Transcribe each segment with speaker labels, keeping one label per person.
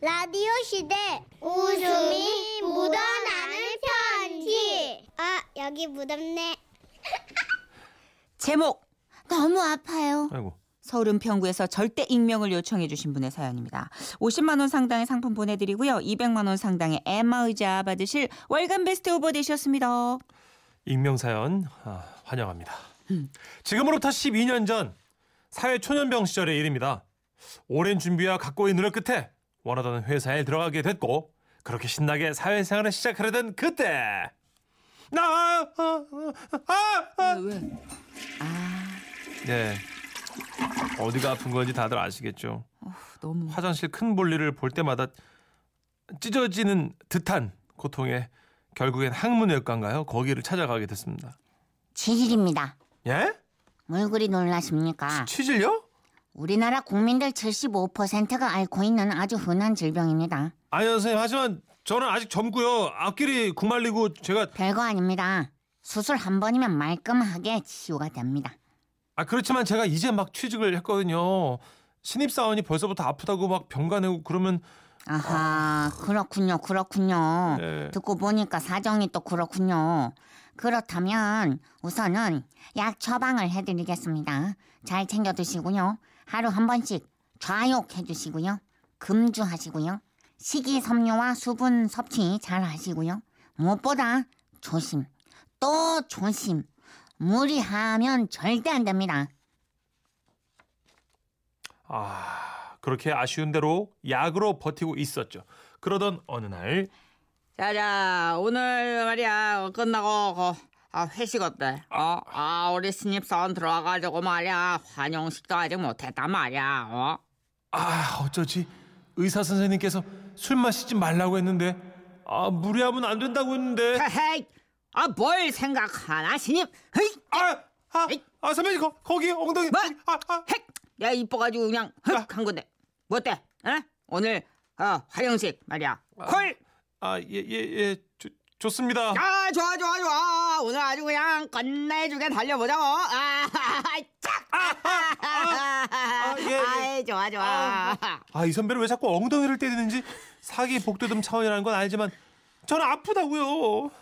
Speaker 1: 라디오 시대 웃음이 묻어나는 편지 아 여기 묻었네
Speaker 2: 제목
Speaker 1: 너무 아파요
Speaker 3: 아이고.
Speaker 2: 서울은 평구에서 절대 익명을 요청해 주신 분의 사연입니다. 50만 원 상당의 상품 보내드리고요. 200만 원 상당의 에마 의자 받으실 월간 베스트 오버 되셨습니다.
Speaker 3: 익명사연 아, 환영합니다. 지금으로부터 12년 전 사회 초년병 시절의 일입니다. 오랜 준비와 각고의 노력 끝에 원하던 회사에 들어가게 됐고 그렇게 신나게 사회생활을 시작하려 던 그때 나 아, 아, 아, 아.
Speaker 2: 왜? 아
Speaker 3: 네. 어디가 아픈 건지 다들 아시겠죠.
Speaker 2: 어후, 너무
Speaker 3: 화장실 큰 볼일을 볼 때마다 찢어지는 듯한 고통에 결국엔 항문외과인가요? 거기를 찾아가게 됐습니다.
Speaker 4: 지질입니다.
Speaker 3: 예?
Speaker 4: 뭘 그리 놀라십니까?
Speaker 3: 치질요?
Speaker 4: 우리나라 국민들 75%가 앓고 있는 아주 흔한 질병입니다.
Speaker 3: 아니요 선생님 하지만 저는 아직 젊고요 앞길이 구말리고 제가
Speaker 4: 별거 아닙니다. 수술 한 번이면 말끔하게 치유가 됩니다.
Speaker 3: 아 그렇지만 제가 이제 막 취직을 했거든요 신입사원이 벌써부터 아프다고 막 병가내고 그러면
Speaker 4: 아하, 그렇군요, 그렇군요.
Speaker 3: 예.
Speaker 4: 듣고 보니까 사정이 또 그렇군요. 그렇다면 우선은 약 처방을 해드리겠습니다. 잘 챙겨 드시고요. 하루 한 번씩 좌욕해 주시고요. 금주하시고요. 식이섬유와 수분 섭취 잘 하시고요. 무엇보다 조심, 또 조심. 무리하면 절대 안 됩니다.
Speaker 3: 아 그렇게 아쉬운 대로 약으로 버티고 있었죠 그러던 어느 날
Speaker 5: 자자 오늘 말이야 어, 끝나고 거, 아, 회식 어때? 어? 아 우리 신입사원 들어와가지고 말이야 환영식도 아직 못했단 말이야 어?
Speaker 3: 아 어쩌지 의사 선생님께서 술 마시지 말라고 했는데 아 무리하면 안 된다고 했는데
Speaker 5: 헤헤이 아뭘 생각하나 신입 헤이
Speaker 3: 아아 아, 아, 선배님 거, 거기 엉덩이
Speaker 5: 뭐?
Speaker 3: 아, 아.
Speaker 5: 헤야 이뻐가지고 그냥
Speaker 3: 아.
Speaker 5: 흑한 건데 뭐 어때? 에? 오늘 어, 환영식 말이야 콜!
Speaker 3: 아, 예, 예, 예, 좋, 좋습니다.
Speaker 5: 아 좋아 좋아 좋아 오늘 아주 그냥 끝내주게 달려보자고
Speaker 3: 아, 예, 예.
Speaker 5: 아, 아착아이 좋아 좋아 뭐.
Speaker 3: 아, 이 선배를 왜 자꾸 엉덩이를 때리는지 사기 복도듬 차원이라는 건 알지만 저는 아프다고요.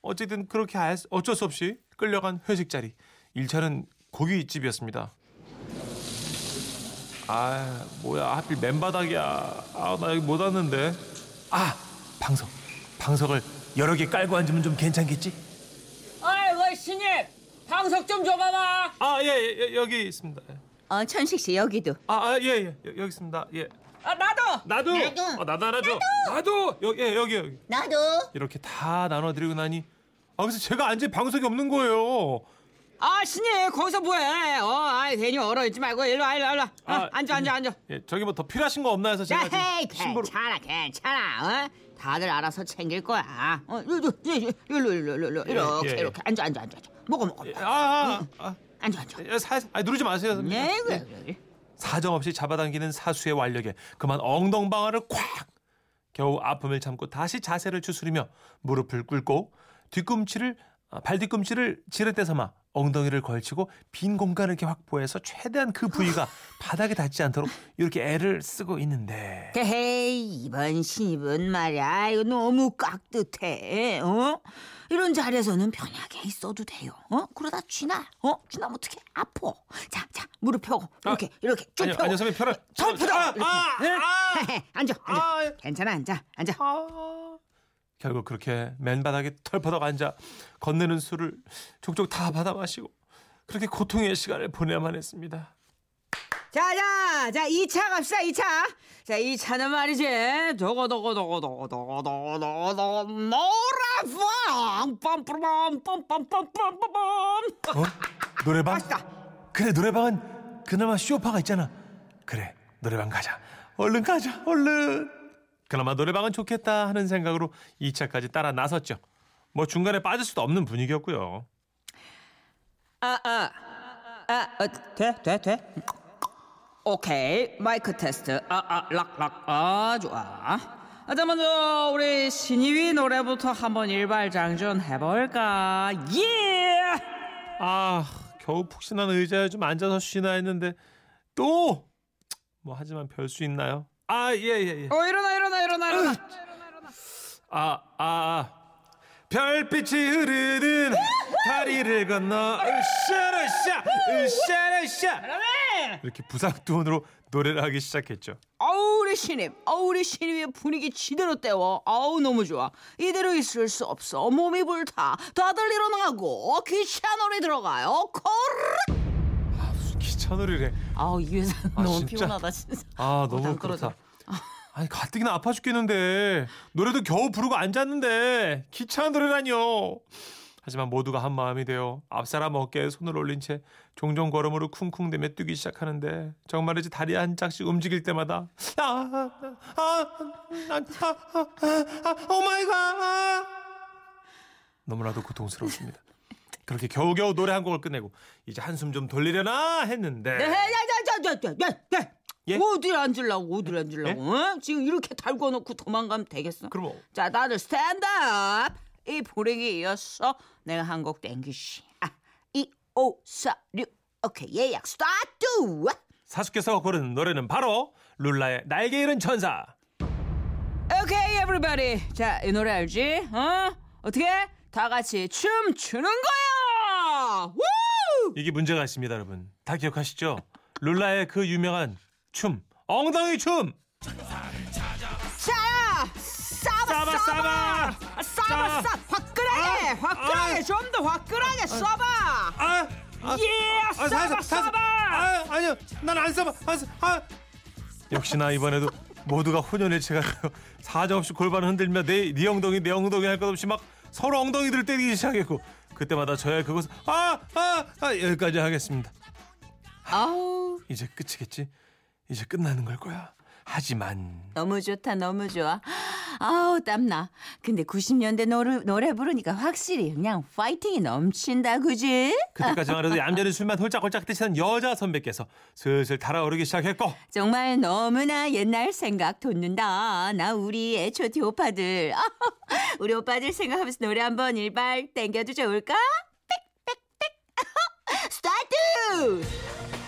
Speaker 3: 어쨌든 그렇게 알 수- 어쩔 수 없이 끌려간 회식 자리. 1차는 고깃집이었습니다. 아, 뭐야. 하필 맨바닥이야. 아, 나 여기 못 왔는데. 아, 방석. 방석을 여러 개 깔고 앉으면 좀 괜찮겠지?
Speaker 5: 아이고 신입 방석 좀 줘봐봐
Speaker 3: 아, 예, 예, 여기 있습니다.
Speaker 2: 어 천식 씨 여기도
Speaker 3: 아, 아 예, 예, 여- 여기 있습니다. 예.
Speaker 5: 아 나도
Speaker 3: 나도 나도 나도 나도 나도 여기 예, 여기 여기
Speaker 4: 나도
Speaker 3: 이렇게 다 나눠드리고 나니 아 그래서 제가 앉을 방석이 없는 거예요
Speaker 5: 아 신입 거기서 뭐해 어 아이 괜히 얼어있지 말고 일로 와 일로 와 일로 와 어,
Speaker 3: 아,
Speaker 5: 앉아 앉아 앉아
Speaker 3: 예 저기 뭐 더 필요하신 거 없나 해서 제가
Speaker 5: 야헤이
Speaker 3: 지금 신부로
Speaker 5: 괜찮아 괜찮아 어? 다들 알아서 챙길 거야 어 일로 일로 일로 일로 일로 이렇게
Speaker 3: 예, 예.
Speaker 5: 이렇게 앉아 앉아 앉아 먹어 먹어
Speaker 3: 예, 아, 아, 아,
Speaker 5: 앉아 앉아
Speaker 3: 예, 사, 아 누르지 마세요 선배님.
Speaker 5: 네 그래 그래
Speaker 3: 사정없이 잡아당기는 사수의 완력에 그만 엉덩방아를 콱 겨우 아픔을 참고 다시 자세를 추스리며 무릎을 꿇고 뒤꿈치를 아, 발뒤꿈치를 지렛대삼아 엉덩이를 걸치고 빈 공간을 이렇게 확보해서 최대한 그 부위가 바닥에 닿지 않도록 이렇게 애를 쓰고 있는데
Speaker 5: 그 헤이 이번 신입은 말이야 이거 너무 깍듯해 어 이런 자리에서는 편하게 있어도 돼요 어 그러다 쥐나 어 쥐나 어떻게 아파 자자 무릎 펴고 이렇게 이렇게 쭉
Speaker 3: 아니요,
Speaker 5: 펴고
Speaker 3: 아니요, 선배님, 편하-
Speaker 5: 털프다
Speaker 3: 아, 아, 아.
Speaker 5: 앉아 앉아
Speaker 3: 아,
Speaker 5: 괜찮아 앉아 앉아
Speaker 3: 아. 결국 그렇게 맨바닥에 털퍼덕 앉아 건네는 술을 족족 다 받아 마시고 그렇게 고통의 시간을 보내야만 했습니다.
Speaker 5: 자, 자, 자, 2차 갑시다, 2차. 자, 2차는 말이지. 도고, 도고, 도고, 도고, 도고, 도고, 도고, 도고, 노라팡! 빰뿌르밤, 빰빰빰빰빰빰!
Speaker 3: 어? 노래방?
Speaker 5: 맛있다.
Speaker 3: 그래 노래방은 그나마 쇼파가 있잖아. 그래 노래방 가자. 얼른 가자. 얼른. 그나마 노래방은 좋겠다 하는 생각으로 2차까지 따라 나섰죠. 뭐 중간에 빠질 수도 없는 분위기였고요.
Speaker 5: 아, 아. 아, 어, 돼, 돼, 돼. 오케이, 마이크 테스트. 아, 아, 락, 락. 아, 좋아. 아, 자, 먼저 우리 신이위 노래부터 한번 일발장전 해볼까? 예!
Speaker 3: 아 겨우 푹신한 의자에 좀 앉아서 쉬나 했는데 또 뭐 하지만 별 수 있나요? 아, 예, 예, 예.
Speaker 5: 어 일어나 일어나 일어나 일어나.
Speaker 3: 아, 아, 아. 별빛이 흐르는 다리를 건너 으쌰으쌰 으쌰으쌰
Speaker 5: 잘하네.
Speaker 3: 이렇게 부상투혼으로 노래를 하기 시작했죠.
Speaker 5: 아우 우리 신입, 아우 우리 신입의 분위기 제대로 때워. 아우 너무 좋아. 이대로 있을 수 없어. 몸이 불타. 다들 일어나고 기차 놀이 들어가요. 코르.
Speaker 3: 무슨 기차 노래래.
Speaker 5: 아우 이 회사
Speaker 3: 아,
Speaker 5: 너무
Speaker 3: 진짜.
Speaker 5: 피곤하다 진짜.
Speaker 3: 아
Speaker 5: 어,
Speaker 3: 너무
Speaker 5: 당 떨어져.
Speaker 3: 그렇다. 아니 가뜩이나 아파 죽겠는데 노래도 겨우 부르고 앉았는데 기차한 노래라니요. 하지만 모두가 한 마음이 되어 앞사람 어깨에 손을 올린 채 종종 걸음으로 쿵쿵대며 뛰기 시작하는데 정말이지 다리 한 짝씩 움직일 때마다 아, 아아아아오 마이 갓 너무나도 고통스러웠습니다. 그렇게 겨우겨우 노래 한 곡을 끝내고 이제 한숨 좀 돌리려나 했는데
Speaker 5: 야야야야야야.
Speaker 3: 예?
Speaker 5: 어딜 앉으려고 어딜 앉으려고 어? 지금 이렇게 달궈 놓고 도망가면 되겠어
Speaker 3: 그럼
Speaker 5: 자 다들 스탠드업 이 불행이 이었어 내가 한 곡 땡기시 아, 2 5 4 6 오케이 예약 스타트
Speaker 3: 사수께서 고른 노래는 바로 룰라의 날개 잃은 천사.
Speaker 5: 오케이 에브리바디 자이 노래 알지? 어? 어떻게? 다 같이 춤추는 거야 우!
Speaker 3: 이게 문제가 있습니다, 여러분. 다 기억하시죠? 룰라의 그 유명한 춤, 엉덩이 춤.
Speaker 5: 싸야 싸봐
Speaker 3: 싸바 싸바.
Speaker 5: 아, 싸봐
Speaker 3: 아,
Speaker 5: 싸 화끈하게
Speaker 3: 아,
Speaker 5: 화끈하게
Speaker 3: 아.
Speaker 5: 좀 더 화끈하게 써봐
Speaker 3: 아, 아,
Speaker 5: 예 싸봐 싸봐
Speaker 3: 아, 아니요, 난 안 싸봐. 아, 아. 역시나 이번에도 모두가 혼연일체가 되어 사정없이 골반을 흔들며 내, 네 엉덩이 내 엉덩이 할 것 없이 막 서로 엉덩이들 때리기 시작했고 그때마다 저야 그것을 아, 아, 아 여기까지 하겠습니다.
Speaker 5: 아우
Speaker 3: 이제 끝이겠지? 이제 끝나는 걸 거야. 하지만
Speaker 5: 너무 좋다 너무 좋아 아우 땀나 근데 90년대 노래, 노래 부르니까 확실히 그냥 파이팅이 넘친다 그지?
Speaker 3: 그때까지만 해도 얌전히 술만 홀짝홀짝 드시던 여자 선배께서 슬슬 달아오르기 시작했고
Speaker 5: 정말 너무나 옛날 생각 돋는다 나 우리 애초티 오빠들 아, 우리 오빠들 생각하면서 노래 한번 일발 땡겨도 좋을까? 빽빽빽 스타트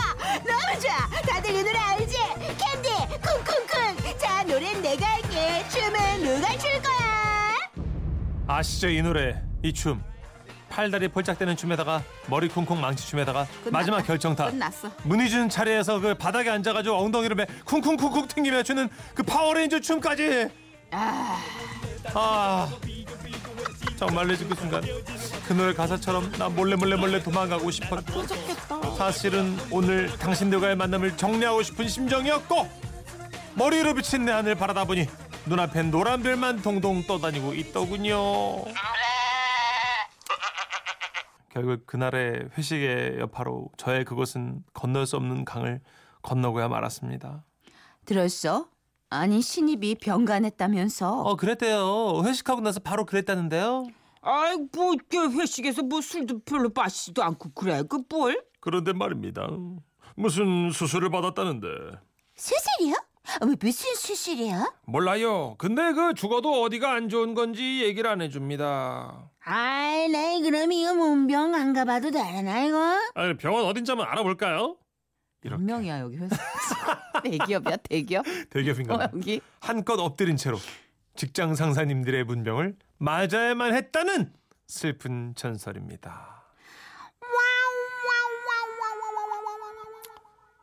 Speaker 5: 아,
Speaker 1: 너무 좋아. 다들 이 노래 알지? 캔디 쿵쿵쿵. 자 노래는 내가 할게. 춤은 누가 출 거야?
Speaker 3: 아시죠 이 노래 이 춤 팔다리 폴짝대는 춤에다가 머리 쿵쿵 망치 춤에다가 마지막 결정타
Speaker 5: 끝났어.
Speaker 3: 문희준 차례에서 그 바닥에 앉아가지고 엉덩이를 매 쿵쿵쿵쿵 튕기며 추는 그 파워레인저 춤까지 아, 정말로지 그 순간 그 노래 가사처럼 나 몰래 몰래 몰래 도망가고 싶었고 사실은 오늘 당신들과의 만남을 정리하고 싶은 심정이었고 머리 위로 비친 내 하늘 바라다 보니 눈앞엔 노란 별만 동동 떠다니고 있더군요. 결국 그날의 회식의 여파로 저의 그것은 건널 수 없는 강을 건너고야 말았습니다.
Speaker 5: 들었어? 아니 신입이 병간했다면서
Speaker 3: 어 그랬대요. 회식하고 나서 바로 그랬다는데요.
Speaker 5: 아이 뭐 이렇게 회식에서 뭐 술도 별로 마시지도 않고 그래 그 뭘?
Speaker 3: 그런데 말입니다. 무슨 수술을 받았다는데.
Speaker 1: 수술이요?
Speaker 4: 어,
Speaker 1: 무슨 수술이요?
Speaker 3: 몰라요. 근데 그 죽어도 어디가 안 좋은 건지 얘기를 안 해줍니다.
Speaker 4: 아이, 나 그럼 이거 문병 안 가봐도 되나 이거?
Speaker 3: 아니 병원 어딘지 한번 알아볼까요?
Speaker 5: 몇 명이야 여기 회사? 대기업이야 대기업?
Speaker 3: 대기업인가
Speaker 5: 어,
Speaker 3: 봐요.
Speaker 5: 여기
Speaker 3: 한껏 엎드린 채로 직장 상사님들의 문병을 맞아야만 했다는 슬픈 전설입니다.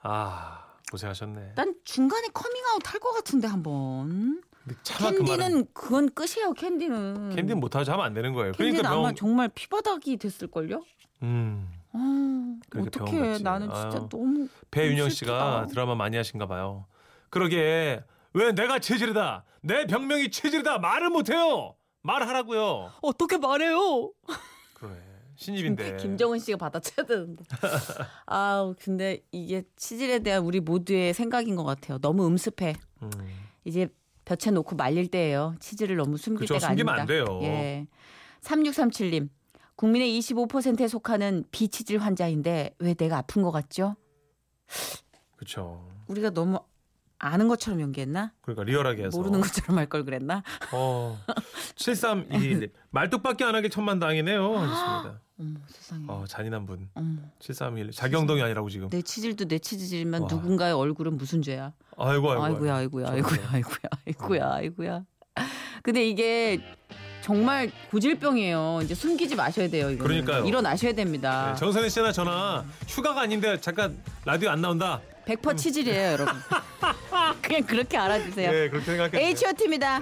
Speaker 3: 아 고생하셨네.
Speaker 5: 난 중간에 커밍아웃 할 것 같은데 어, 한번
Speaker 3: 근데 차마 그 말은
Speaker 5: 캔디는 그건 끝이에요 캔디는
Speaker 3: 캔디 못하죠 하면 안 되는 거예요.
Speaker 5: 캔디는
Speaker 3: 그러니까
Speaker 5: 아마
Speaker 3: 병.
Speaker 5: 정말 피바닥이 됐을걸요?
Speaker 3: 음,
Speaker 5: 아,
Speaker 3: 그러니까 병원
Speaker 5: 어떡해
Speaker 3: 갔지.
Speaker 5: 나는 진짜
Speaker 3: 아유.
Speaker 5: 너무
Speaker 3: 배윤영
Speaker 5: 너무
Speaker 3: 씨가
Speaker 5: 슬프다.
Speaker 3: 드라마 많이 하신가 봐요. 그러게 왜 내가 체질이다. 내 병명이 체질이다. 말을 못해요. 말하라고요.
Speaker 5: 어떻게 말해요?
Speaker 3: 그러네. 신입인데.
Speaker 6: 그러니까 김정은 씨가 받아쳐야 되는데. 아, 근데 이게 치질에 대한 우리 모두의 생각인 것 같아요. 너무 음습해.
Speaker 3: 음.
Speaker 6: 이제 벼채 놓고 말릴 때예요. 치질을 너무 숨길
Speaker 3: 그쵸,
Speaker 6: 때가
Speaker 3: 그렇죠. 숨기면
Speaker 6: 아니다.
Speaker 3: 안 돼요.
Speaker 6: 예. 3637님. 국민의 25%에 속하는 비치질 환자인데 왜 내가 아픈 것 같죠?
Speaker 3: 그렇죠.
Speaker 6: 우리가 너무
Speaker 5: 아는 것처럼 연기했나?
Speaker 3: 그러니까 리얼하게 해서.
Speaker 5: 모르는 것처럼 할 걸 그랬나?
Speaker 3: 어. 7321님. 말뚝밖에 안 하길 천만 다행이네요.
Speaker 5: 아.
Speaker 3: 하셨습니다.
Speaker 5: 어머 세상에.
Speaker 3: 어, 잔인한 분.
Speaker 5: 어머,
Speaker 3: 7321. 자경동이 아니라고 지금.
Speaker 5: 내 치질도 내 치질이지만
Speaker 3: 와.
Speaker 5: 누군가의 얼굴은 무슨 죄야?
Speaker 3: 아이고 아이고.
Speaker 5: 아이고야, 아이고야, 아이고야, 아이고야, 아이고야, 아이고야. 근데 이게 정말 고질병이에요. 이제 숨기지 마셔야 돼요. 이거
Speaker 3: 그러니까요.
Speaker 5: 일어나셔야 됩니다.
Speaker 3: 네, 정선희 씨나 저나 휴가가 아닌데 잠깐 라디오 안 나온다.
Speaker 5: 100% 치질이에요, 여러분. 그냥 그렇게 알아주세요.
Speaker 3: 네, 예, 그렇게 생각해요.
Speaker 5: H.O.T입니다.